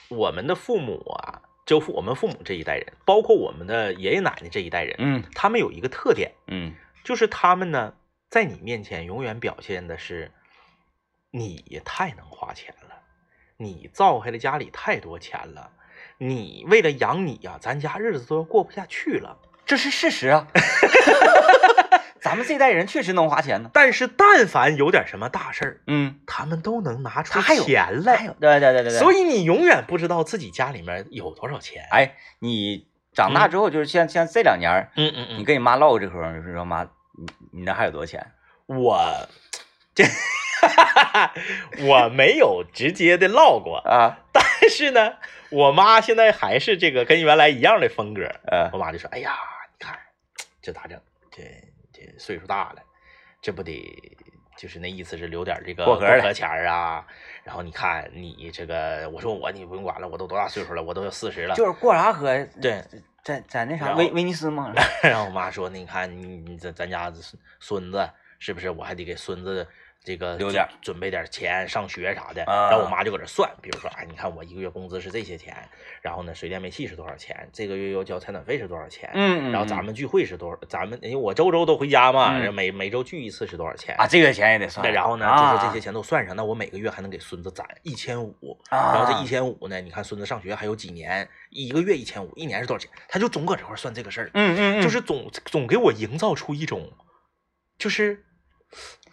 S1: 我们的父母啊，就我们父母这一代人，包括我们的爷爷奶奶这一代人，
S2: 嗯
S1: 他们有一个特点，
S2: 嗯
S1: 就是他们呢，在你面前永远表现的是，你太能花钱了，你造开了家里太多钱了，你为了养你呀、咱家日子都要过不下去了。
S2: 这是事 实啊。咱们这代人确实能花钱呢。
S1: 但是但凡有点什么大事儿，
S2: 嗯，
S1: 他们都能拿出
S2: 他还有
S1: 钱
S2: 还
S1: 来，
S2: 有，对对对对对。
S1: 所
S2: 以，
S1: 以你永远不知道自己家里面有多少钱。
S2: 哎，你长大之后，就是像、像这两年儿，
S1: 嗯嗯
S2: 你，跟你妈唠过这嗑儿，就是说妈，你你那还有多少钱？
S1: 我这 我没有直接的唠过，
S2: 啊，
S1: 但是呢，我妈现在还是这个跟原来一样的风格。
S2: 呃，
S1: 我妈就说：“哎呀，你看这咋整？这这岁数大了，这不得就是那意思是留点这个
S2: 过
S1: 过
S2: 河了
S1: 河钱儿啊。然后你看你这个，我说我你不用管了，我都多大岁数了，我都要四十了。
S2: 就是过啥河？
S1: 对，
S2: 在在那啥
S1: 然后
S2: 威威尼斯 嘛。
S1: 然后我妈说：“你看你你咱咱家孙子是不是？我还得给孙子这个
S2: 留点儿
S1: 准备点儿钱上学啥的。
S2: 啊
S1: 然后我妈就搁这算，比如说，哎，你看我一个月工资是这些钱，然后呢，水电煤气是多少钱，这个月要交采暖费是多少钱，
S2: 嗯，嗯
S1: 然后咱
S2: 嗯
S1: 们聚会是多少，咱们因为我周周都回家嘛，
S2: 嗯
S1: 然后每每周聚一次是多少钱
S2: 啊，？这个钱也得算
S1: 对，。然后呢，
S2: 啊
S1: 就是这些钱都算上，那我每个月还能给孙子攒一千五，
S2: 啊，
S1: 然后这一千五呢，你看孙子上学还有几年，一个月一千五，一年是多少钱？他就总搁这块儿算这个事儿。
S2: 嗯嗯嗯，
S1: 就是总总给我营造出一种，就是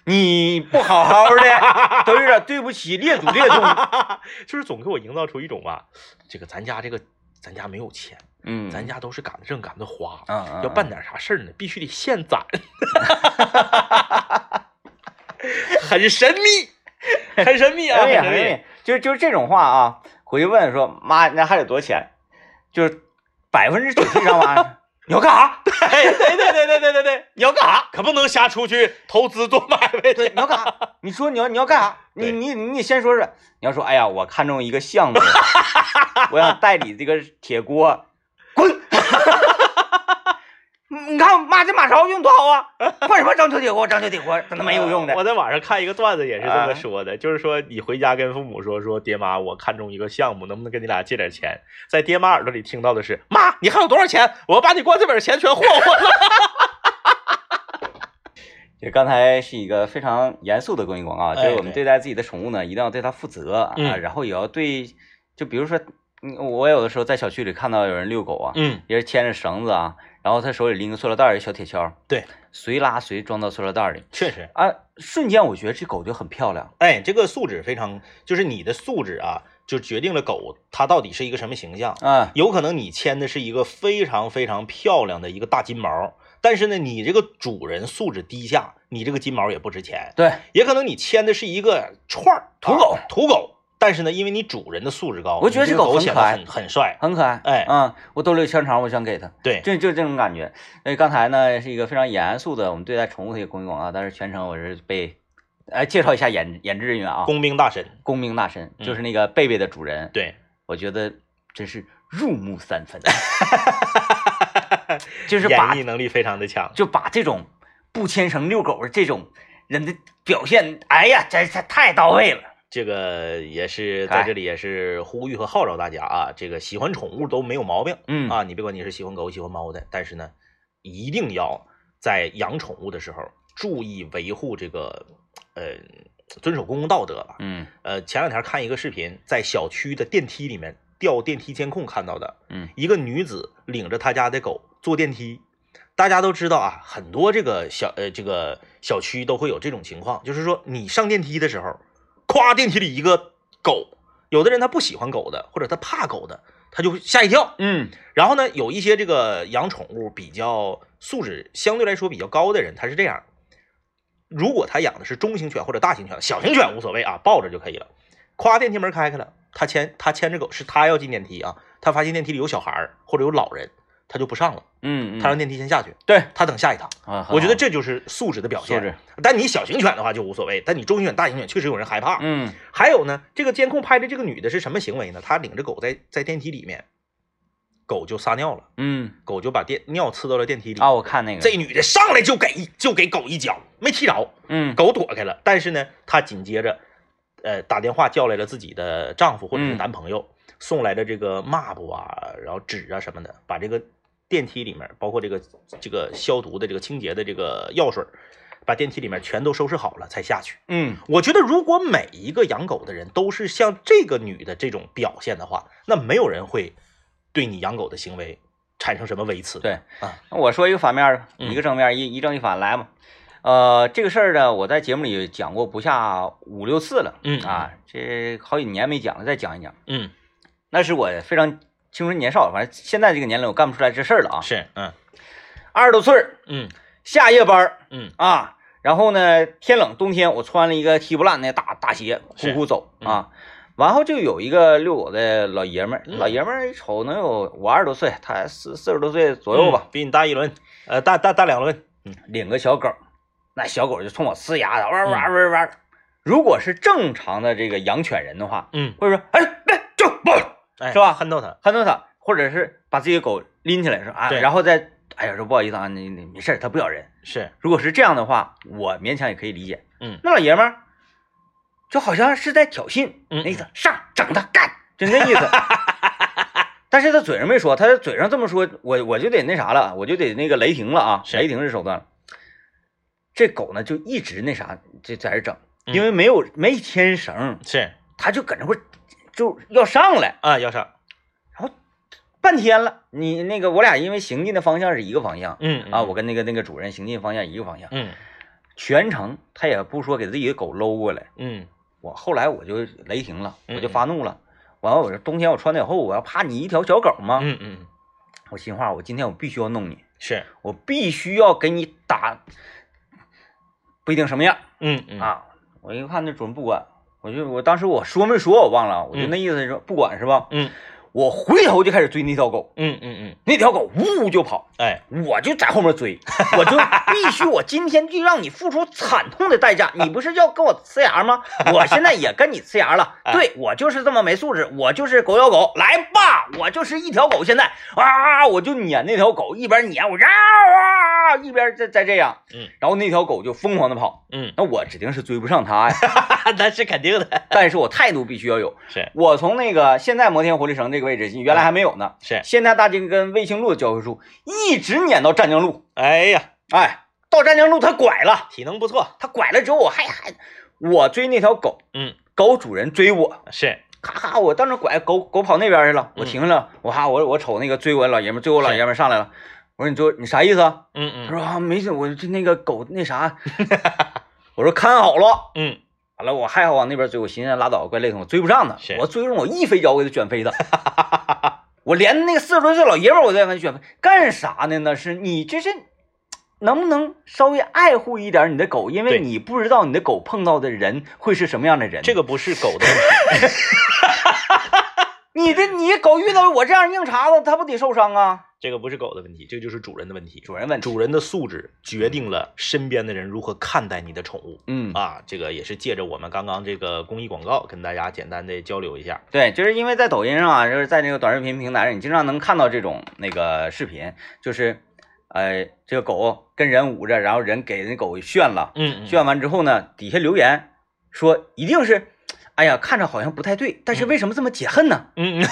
S2: 你不好好的， 都有点对不起列祖列宗。
S1: 就是总给我营造出一种吧，这个咱家这个咱家没有钱，
S2: 嗯，
S1: 咱家都是赶得挣赶得花，
S2: 嗯嗯
S1: 要办点啥事儿呢，必须得现 攒，很神秘，很神秘啊，
S2: 哎
S1: 很
S2: 呀，
S1: 神秘。
S2: 哎就是就是这种话啊，回去问说妈，那还得多少钱？就是百分之九十以上吧。 你要干啥？
S1: 对哎对对对对对对对，你要干啥？可不能瞎出去投资做买卖去。
S2: 你要干啥？你说你要你要干啥？你
S1: 对
S2: 你你得先说说。你要说，哎呀，我看中一个项目，我想代理这个铁锅，滚！ 你看，妈，这马勺用多好啊！ 换什么章丘铁锅？章丘铁锅真他妈有用的
S1: 呃我。在网上看一个段子，也是这
S2: 啊
S1: 么说的，就是说你回家跟父母说说，爹妈，我看中一个项目，能不能跟你俩借点钱？在爹妈耳朵里听到的是，妈，你还有多少钱？我把你光这本钱全霍霍 了。
S2: 就刚才是一个非常严肃的公益广告，就
S1: 哎
S2: 是我们
S1: 对
S2: 对待自己的宠物呢，一定要对它负责啊，
S1: 嗯
S2: 然后也要对，就比如说，嗯我有的时候在小区里看到有人遛狗啊，
S1: 嗯，
S2: 也是牵着绳子啊，然后他手里拎个塑料袋儿，一小铁锹，
S1: 对，
S2: 随拉随装到塑料袋儿里
S1: 确实，
S2: 啊，瞬间我觉得这狗就很漂亮，
S1: 哎，这个素质非常，就是你的素质啊，就决定了狗它到底是一个什么形象。
S2: 嗯，
S1: 有可能你牵的是一个非常非常漂亮的一个大金毛，但是呢，你这个主人素质低下，你这个金毛也不值钱。
S2: 对，
S1: 也可能你牵的是一个串儿
S2: 土狗
S1: 啊土狗，但是呢，因为你主人的素质高，
S2: 我觉得
S1: 你这
S2: 这狗
S1: 狗
S2: 很
S1: 显
S2: 可
S1: 得
S2: 爱
S1: 很很帅。
S2: 很可爱，
S1: 哎
S2: 嗯，我兜里有香肠，我想给它，
S1: 对，
S2: 就就这种感觉。那刚才呢是一个非常严肃的我们对待宠物的一个公益广告，但是全程我是被，哎，介绍一下演演职人员啊，
S1: 工兵大神，
S2: 公明大神，
S1: 嗯
S2: 就是那个贝贝的主人，
S1: 对，
S2: 我觉得真是入木三 分，就是
S1: 演
S2: 把
S1: 绎能力非常的强。
S2: 就把这种不牵绳遛狗的这种人的表现，哎呀，真是太到位了。
S1: 这个也是
S2: 哎
S1: 在这里也是呼吁和号召大家啊，这个喜欢宠物都没有毛病
S2: 嗯
S1: 啊，你别管你是喜欢狗喜欢猫的，但是呢，一定要在养宠物的时候注意维护这个呃遵守公共道德吧。
S2: 嗯
S1: 呃，前两天看一个视频，在小区的电梯里面调电梯监控看到的，
S2: 嗯，
S1: 一个女子领着她家的狗坐电梯。大家都知道啊，很多这个小呃这个小区都会有这种情况，就是说你上电梯的时候，咵电梯里一个狗，有的人他不喜欢狗的，或者他怕狗的，他就吓一跳。
S2: 嗯
S1: 然后呢，有一些这个养宠物比较素质相对来说比较高的人，他是这样：如果他养的是中型犬或者大型犬，小型犬无所谓啊，抱着就可以了。夸电梯门开开了，他牵他牵着狗，是他要进电梯啊，他发现电梯里有小孩儿或者有老人，他就不上了，
S2: 嗯，
S1: 他让电梯先下去，
S2: 对，
S1: 他等下一趟。
S2: 啊，
S1: 我觉得这就是素质的表
S2: 素质
S1: 现。但你小型犬的话就无所谓，但你中型犬、大型犬确实有人害怕。
S2: 嗯
S1: 还有呢，这个监控拍的这个女的是什么行为呢？她领着狗在在电梯里面，狗就撒尿了。
S2: 嗯
S1: 狗就把电尿呲到了电梯里。
S2: 啊，我看那个
S1: 嗯这女的上来就给就给狗一脚，没踢着，
S2: 嗯
S1: 狗躲开了。但是呢，她紧接着呃打电话叫来了自己的丈夫或者是
S2: 嗯
S1: 男朋友，送来的这个抹布啊，然后纸啊什么的，把这个电梯里面包括这个这个消毒的这个清洁的这个药水儿，把电梯里面全都收拾好了才下去。
S2: 嗯，
S1: 我觉得如果每一个养狗的人都是像这个女的这种表现的话，那没有人会对你养狗的行为产生什么微词。
S2: 对
S1: 啊，
S2: 那我说一个反面儿吧，
S1: 嗯
S2: 一个正面儿，一一正一反来嘛。呃，这个事儿呢，我在节目里讲过不下五六次了，
S1: 嗯
S2: 啊，这好几年没讲了，再讲一讲。
S1: 嗯，
S2: 那是我非常青春年少，反正现在这个年龄我干不出来这事儿了啊。
S1: 是，嗯
S2: 二十多岁儿，
S1: 嗯
S2: 下夜班儿
S1: 嗯
S2: 啊，然后呢，天冷，冬天我穿了一个踢不烂那大大鞋，呼呼走
S1: 嗯
S2: 啊。然后就有一个遛狗的老爷们儿，
S1: 嗯
S2: 老爷们儿一瞅能有我二十多岁，他四四十多岁左右吧，
S1: 嗯比你大一轮，呃，大大大两轮。
S2: 领个小狗，那小狗就冲我呲牙的，哇哇
S1: 嗯
S2: 哇哇。如果是正常的这个养犬人的话，
S1: 嗯，
S2: 会说，哎，来走，抱着，
S1: 哎，
S2: 是吧
S1: 憨豆他，
S2: 看到它，或者是把自己的狗拎起来说啊，
S1: 对
S2: 然后再，哎呀，说不好意思啊，你你没事儿，它不咬人。
S1: 是，
S2: 如果是这样的话，我勉强也可以理解。
S1: 嗯
S2: 那老爷们儿就好像是在挑衅，
S1: 嗯
S2: 那意思上整他干，就那意思。 但是他嘴上没说，他嘴上这么说，我我就得那啥了，我就得那个雷霆了啊，
S1: 是
S2: 雷霆是手段了。这狗呢就一直那啥，就在这整，
S1: 嗯
S2: 因为没有没牵绳，
S1: 是
S2: 它就搁那块儿就要上来，
S1: 啊，要上，
S2: 半天了。你那个我俩因为行进的方向是一个方向、
S1: 嗯
S2: 啊，我跟那个那个主人行进方向一个方向，
S1: 嗯
S2: 全程他也不说给自己的狗搂过来。
S1: 嗯
S2: 我后来我就雷霆了，
S1: 嗯
S2: 我就发怒了。完了，我说冬天我穿的也厚，我要怕你一条小狗吗？
S1: 嗯嗯，
S2: 我心话，我今天我必须要弄你，
S1: 是，
S2: 我必须要给你打，不一定什么样
S1: 嗯嗯，
S2: 啊！我一看那主人不管，我就我当时我说没说我忘了，我就那意思是说不管是吧？
S1: 嗯
S2: 我回头就开始追那条狗，
S1: 嗯嗯嗯，
S2: 那条狗呜呜就跑，
S1: 哎，
S2: 我就在后面追， 我就必须，我今天就让你付出惨痛 的代价。你不是要跟我呲牙吗？我现在也跟你呲牙
S1: 哎
S2: 了。对我就是这么没素质，我就是狗咬狗，来吧，我就是一条狗。现在啊，我就撵那条狗，一边撵我，啊啊，一边在在这样，
S1: 嗯，
S2: 然后那条狗就疯狂的跑，
S1: 嗯，
S2: 那我指定是追不上它呀，
S1: 那是肯定的，
S2: 但是我态度必须要有。
S1: 是
S2: 我从那个现在摩天活力城这个位置，原来还没有呢，
S1: 是，
S2: 现在大金跟卫星路的交汇处一直撵到湛江路。
S1: 哎呀，
S2: 哎，到湛江路他拐了，
S1: 体能不错，
S2: 他拐了之后，我还还我追那条狗，
S1: 嗯，
S2: 狗主人追我，
S1: 是，
S2: 咔咔，我到那拐，狗狗跑那边去了，我
S1: 嗯
S2: 停下了，我哈我我瞅那个追我的老爷们儿，追我老
S1: 是
S2: 爷们儿上来了，我说你追我你啥意思啊？
S1: 嗯
S2: 他
S1: 嗯
S2: 说啊没事，我就那个狗 那啥，我说看好了。
S1: 嗯，
S2: 完了，我还要往那边追，我寻思拉倒，怪累挺，我追不上他
S1: 是，
S2: 我追上我一飞脚给他卷飞他， 我连那个四十多岁老爷们儿我都想给他卷飞，干啥呢？那是你这是能不能稍微爱护一点你的狗？因为
S1: 对
S2: 你不知道你的狗碰到的人会是什么样的人。
S1: 这
S2: 个
S1: 个不是狗的问题，
S2: 你的你狗遇到我这样硬茬子，它不得受伤啊？
S1: 这个不是狗的问题，这个就是主人的问题。
S2: 主人问题，
S1: 主人的素质决定了身边的人如何看待你的宠物
S2: 嗯，
S1: 啊！这个也是借着我们刚刚这个公益广告跟大家简单的交流一下。啊
S2: 对，就是因为在抖音上啊，就是在那个短视频平台上，你经常能看到这种那个视频，就是，呃，这个狗跟人捂着，然后人给那狗炫了，
S1: 嗯
S2: 炫完之后呢，底下留言说一定是，哎呀，看着好像不太对，但是为什么这么解恨呢？
S1: 嗯嗯，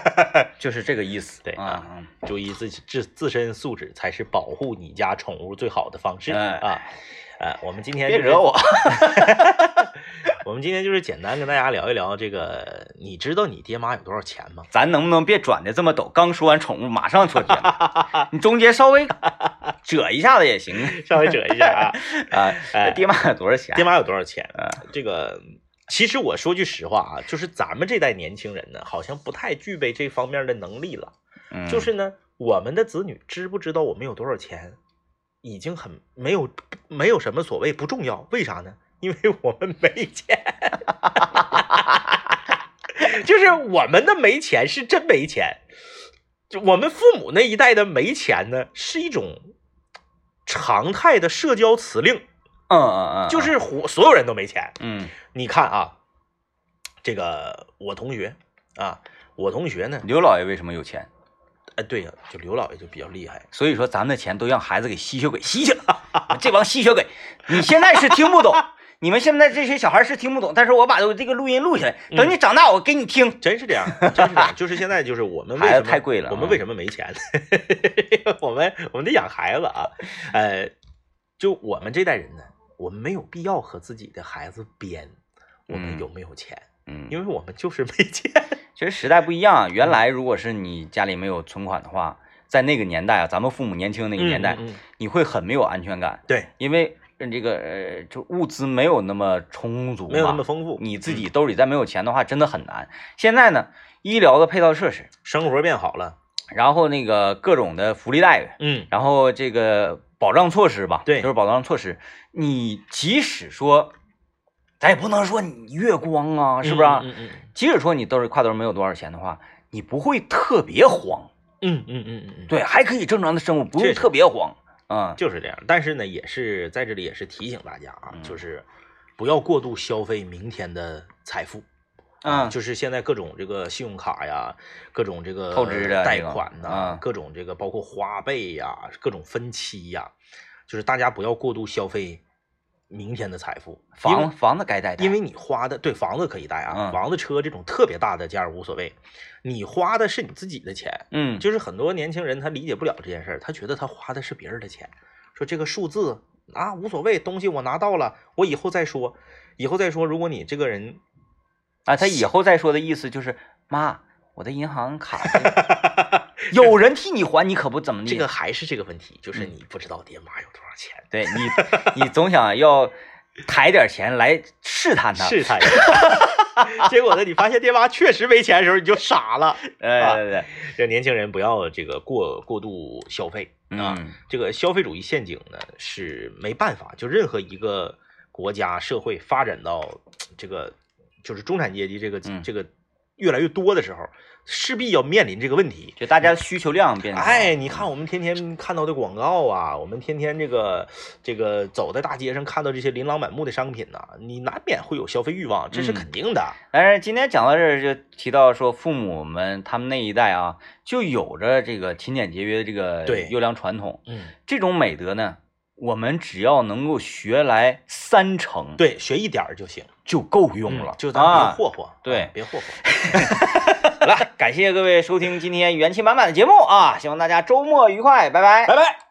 S2: 就是这个意思。
S1: 对啊
S2: 啊，
S1: 注意自己自自身素质才是保护你家宠物最好的方式
S2: 哎
S1: 啊！呃，我们今天
S2: 别
S1: 就是
S2: 惹，我。
S1: 我们今天就是简单跟大家聊一聊这个，你知道你爹妈有多少钱吗？
S2: 咱能不能别转的这么陡？刚说完宠物，马上说别的， 你中间稍微折一下子也行
S1: 稍微折一下啊，
S2: 啊。
S1: 哎
S2: 爹妈有多少钱？
S1: 爹妈有多少钱
S2: 啊？
S1: 这个其实我说句实话啊，就是咱们这代年轻人呢，好像不太具备这方面的能力了。
S2: 嗯
S1: 就是呢，我们的子女知不知道我们有多少钱，已经很没有没有什么所谓，不重要。为啥呢？因为我们没钱。 就是我们的没钱是真没钱，就我们父母那一代的没钱呢，是一种常态的社交辞令，
S2: 嗯嗯嗯，
S1: 就是活所有人都没钱。
S2: 嗯，
S1: 你看啊，这个我同学啊，我同学呢，
S2: 刘老爷为什么有钱？
S1: 哎，对呀、就刘老爷就比较厉害，
S2: 所以 说咱们的钱都让孩子给吸血鬼吸去了。这帮吸血鬼，你现在是听不懂，你们现在这些小孩是听不懂，但是我把我这个录音录下来，等你长大我给你听。
S1: 真是这样，真是这样。就是现在，就是我们为
S2: 孩
S1: 什
S2: 子
S1: 么
S2: 太贵了
S1: 我们
S2: 啊
S1: 为什么没钱？ 我们我们得养孩子啊，呃，就我们这代人呢，我们没有必要和自己的孩子编我们
S2: 嗯
S1: 有没有钱，
S2: 嗯，
S1: 因为我们就是没钱。
S2: 其实时代不一样，原来如果是你家里没有存款的话，在那个年代啊，咱们父母年轻那个年代，
S1: 嗯嗯嗯
S2: 你会很没有安全感，
S1: 对，
S2: 因为呃这个呃，就物资没有那么充足嘛，
S1: 没有那么丰富，嗯
S2: 你自己兜里再没有钱的话，真的很难。现在呢，医疗的配套设施，
S1: 生活变好了，
S2: 然后那个各种的福利待遇，
S1: 嗯，
S2: 然后这个保障措施吧，
S1: 对
S2: 就是保障措施。你即使说，咱也不能说你月光啊，是不是啊？
S1: 嗯嗯嗯
S2: 即使说你兜里挎兜没有多少钱的话，你不会特别慌，
S1: 嗯嗯嗯嗯嗯，，
S2: 对，还可以正常的生活，不
S1: 确
S2: 用
S1: 实
S2: 特别慌。嗯，
S1: 就是这样。但是呢，也是在这里也是提醒大家啊，
S2: 嗯
S1: 就是不要过度消费明天的财富。啊
S2: 嗯
S1: 就是现在各种这个信用卡呀，各种这个
S2: 透支的
S1: 贷
S2: 这个
S1: 款呐、
S2: 啊
S1: 各种这个包括花呗呀，各种分期呀，就是大家不要过度消费明天的财富，因为
S2: 房房子该贷贷，
S1: 因为你花的对房子可以贷啊，
S2: 嗯
S1: 房子车这种特别大的价儿无所谓，你花的是你自己的钱，
S2: 嗯，
S1: 就是很多年轻人他理解不了这件事儿，他觉得他花的是别人的钱，说这个数字啊无所谓，东西我拿到了，我以后再说，以后再说。如果你这个人
S2: 啊，他以后再说的意思就是，妈，我的银 行卡有人替你还，你可不怎么地。
S1: 这个还是这个问题，就是
S2: 嗯
S1: 你不知道爹妈有多少钱，
S2: 对你，你总想要抬点钱来试探他。
S1: 试探一下。 结果呢，你发现爹妈确实没钱的时候，你就傻了。
S2: 哎，对对对，
S1: 这年轻人不要这个过过度消费啊，
S2: 嗯
S1: 这个消费主义陷阱呢是没办法，就任何一个国家社会发展到这个就是中产阶级这个、
S2: 嗯
S1: 这个越来越多的时候，势必要面临这个问题。
S2: 就大家需求量变高。
S1: 哎，你看我们天天看到的广告啊，我们天天这个这个走在大街上看到这些琳琅满目的商品呐、你难免会有消费欲望，这
S2: 嗯
S1: 是肯定的。
S2: 但是今天讲到这儿，就提到说父母们他们那一代啊，就有着这个勤俭节约的这个
S1: 对
S2: 优良传统，
S1: 嗯，
S2: 这种美德呢，我们只要能够学来三成，，
S1: 对，学一点儿就行，
S2: 就够用了。
S1: 就咱别
S2: 啊
S1: 霍霍，
S2: 对
S1: 别霍霍。
S2: 好了，感谢各位收听今天元气满满的节目啊！希望大家周末愉快，拜拜。
S1: 拜拜。